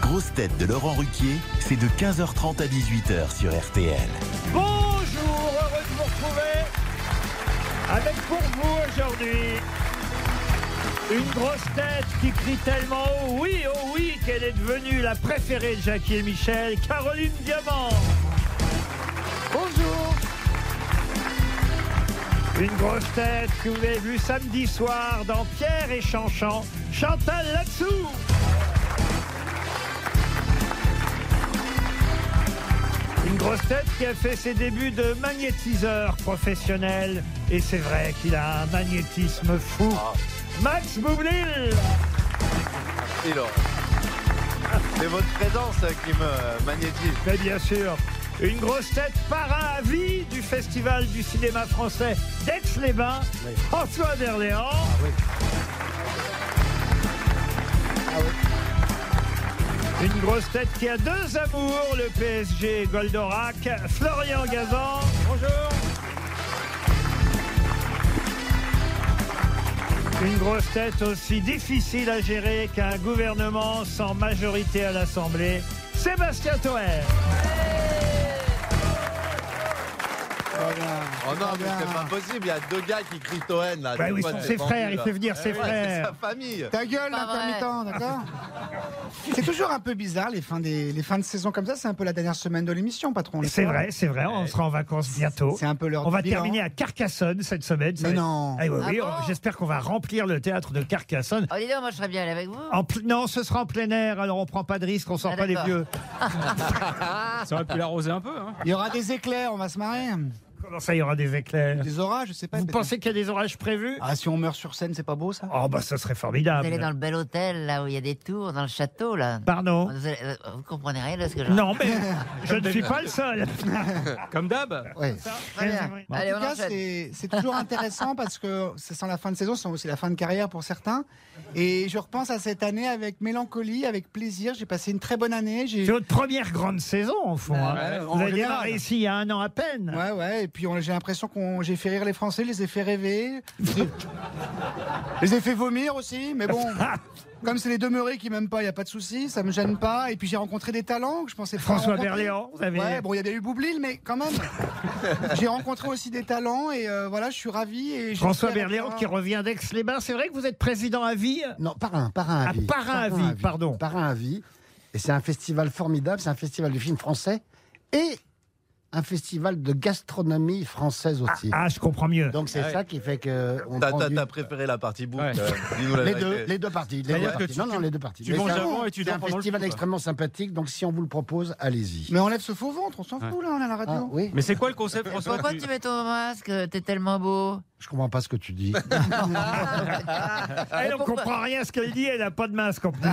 grosses têtes de Laurent Ruquier, c'est de 15h30 à 18h sur RTL. Bonjour, heureux de vous retrouver avec pour vous aujourd'hui une grosse tête qui crie tellement oh oui, oh oui qu'elle est devenue la préférée de Jackie et Michel, Caroline Diamant. Bonjour. Une grosse tête que vous avez vue samedi soir dans Pierre et Chanchan, Chantal Latsou. Une grosse tête qui a fait ses débuts de magnétiseur professionnel. Et c'est vrai qu'il a un magnétisme fou. Max Boublil Merci Laurent. C'est votre présence euh, qui me euh, magnétise. Mais bien sûr, une grosse tête para à vie du Festival du cinéma français d'Aix-les-Bains, François Berléand. Une grosse tête qui a deux amours, le PSG et Goldorak, Florian Gazan. Bonjour. Une grosse tête aussi difficile à gérer qu'un gouvernement sans majorité à l'Assemblée, Sébastien Toer. Oh non, mais c'est pas possible, il y a deux gars qui crient Toen là. Ah Bah Deux oui, fois, ils sont c'est ses pendu, frères, il là. fait venir ses Eh ouais, frères. C'est sa famille. Ta gueule, Pas vrai. l'intermittent, d'accord C'est toujours un peu bizarre les fins, des, les fins de saison comme ça. C'est un peu la dernière semaine de l'émission, patron. C'est vrai, c'est vrai, on sera en vacances bientôt. C'est un peu l'heure On du va bilan. terminer à Carcassonne cette semaine. ça Mais va- non. Eh oui, oui, Ah on- bon J'espère qu'on va remplir le théâtre de Carcassonne. Oh, dis donc, moi, je serais bien allé avec vous. En pl- non, ce sera en plein air, alors on prend pas de risque, on sort Ah, pas les d'accord. vieux. Ça aurait pu l'arroser un peu. Hein. Il y aura des éclairs, on va se marrer. Comment ça, il y aura des éclairs Des orages, je sais pas. Vous peut-être. pensez qu'il y a des orages prévus Ah, si on meurt sur scène, c'est pas beau ça Oh, bah ça serait Vous allez dans formidable. le bel hôtel, là où il y a des tours, dans le château, là. Pardon Vous, allez- euh, vous comprenez rien de ce que je Non, mais je ne suis pas le seul. Comme d'hab. Ouais. Très bien. En Allez, tout on cas, enchaîne. c'est c'est toujours intéressant parce que ça sent la fin de saison, c'est aussi la fin de carrière pour certains. Et je repense à cette année avec mélancolie, avec plaisir. J'ai passé une très bonne année. J'ai C'est votre première grande saison, en fond. hein. ouais, en Vous avez général. démarré ici il y a un an à peine. Ouais, ouais, et puis on- j'ai l'impression qu'on j'ai fait rire les Français, les ai fait rêver. J'ai- les ai fait vomir aussi, mais bon. Comme c'est les demeurés qui m'aiment pas, il n'y a pas de souci, ça me gêne pas. Et puis j'ai rencontré des talents que je pensais pas. François rencontrer. Berléand, vous avez- Ouais, bon, il y avait eu Boublil, mais quand même. j'ai rencontré aussi des talents et euh, voilà, je suis ravi. Et François j'espère Berléand avoir- qui revient d'Aix-les-Bains. C'est vrai que vous êtes président à vie Non, parrain, parrain Ah, à vie. parrain à vie, pardon. Parrain à vie. Et c'est un festival formidable, c'est un festival du film français et un festival de gastronomie française aussi. Ah, je comprends mieux. Donc c'est ouais. ça qui fait que on T'as- prend T'as du- t'as préféré la partie boucle. Ouais. euh, Dis-nous la les vérité. deux, les deux parties. les C'est-à-dire deux que parties. tu- non, non, les deux parties. tu Mais manges c'est un- avant et tu c'est dors un pendant le festival film, quoi. extrêmement sympathique, donc si on vous le propose, allez-y. Mais on lève ce faux ventre, on s'en fout là, on est à la radio. Ah, oui, Mais c'est quoi le concept, François Pourquoi Tu- tu mets ton masque T'es tellement beau. je comprends pas ce que tu dis. Ah, Elle ne pourquoi- comprend rien à ce qu'elle dit, elle n'a pas de masque en plus.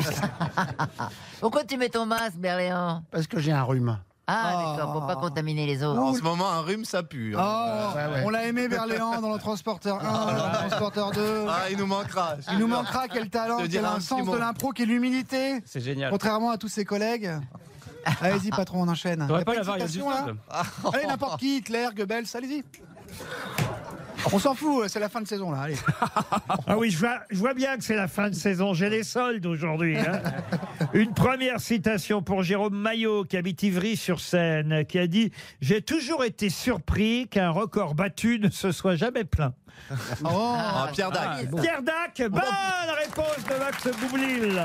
Pourquoi tu mets ton masque, Berléand Parce que j'ai un rhume. Ah, d'accord, pour pas contaminer les autres. En ce moment, un rhume, ça pue. Ah. hein. Oh, on l'a aimé Berléand dans le Transporteur 1, dans le Transporteur 2. Ah, il nous manquera. hein. je te Il nous jure. manquera quel talent, Je te dirai quel un un petit sens mot. de l'impro, quelle humilité. C'est génial. Contrairement à tous ses collègues. Allez-y, patron, on enchaîne. T'aurais Y a pas de la variante du citation, là stade hein. Allez, n'importe qui, Hitler, Goebbels, allez-y. On s'en fout, c'est la fin de saison là. Allez. Ah oui, je vois, je vois bien que c'est la fin de saison. J'ai les soldes aujourd'hui. hein. Une première citation pour Jérôme Maillot, qui habite Ivry-sur-Seine, qui a dit « J'ai toujours été surpris qu'un record battu ne se soit jamais plein. Oh. Ah, Pierre Dac. Bon. Pierre Dac, bonne réponse de Max Boublil.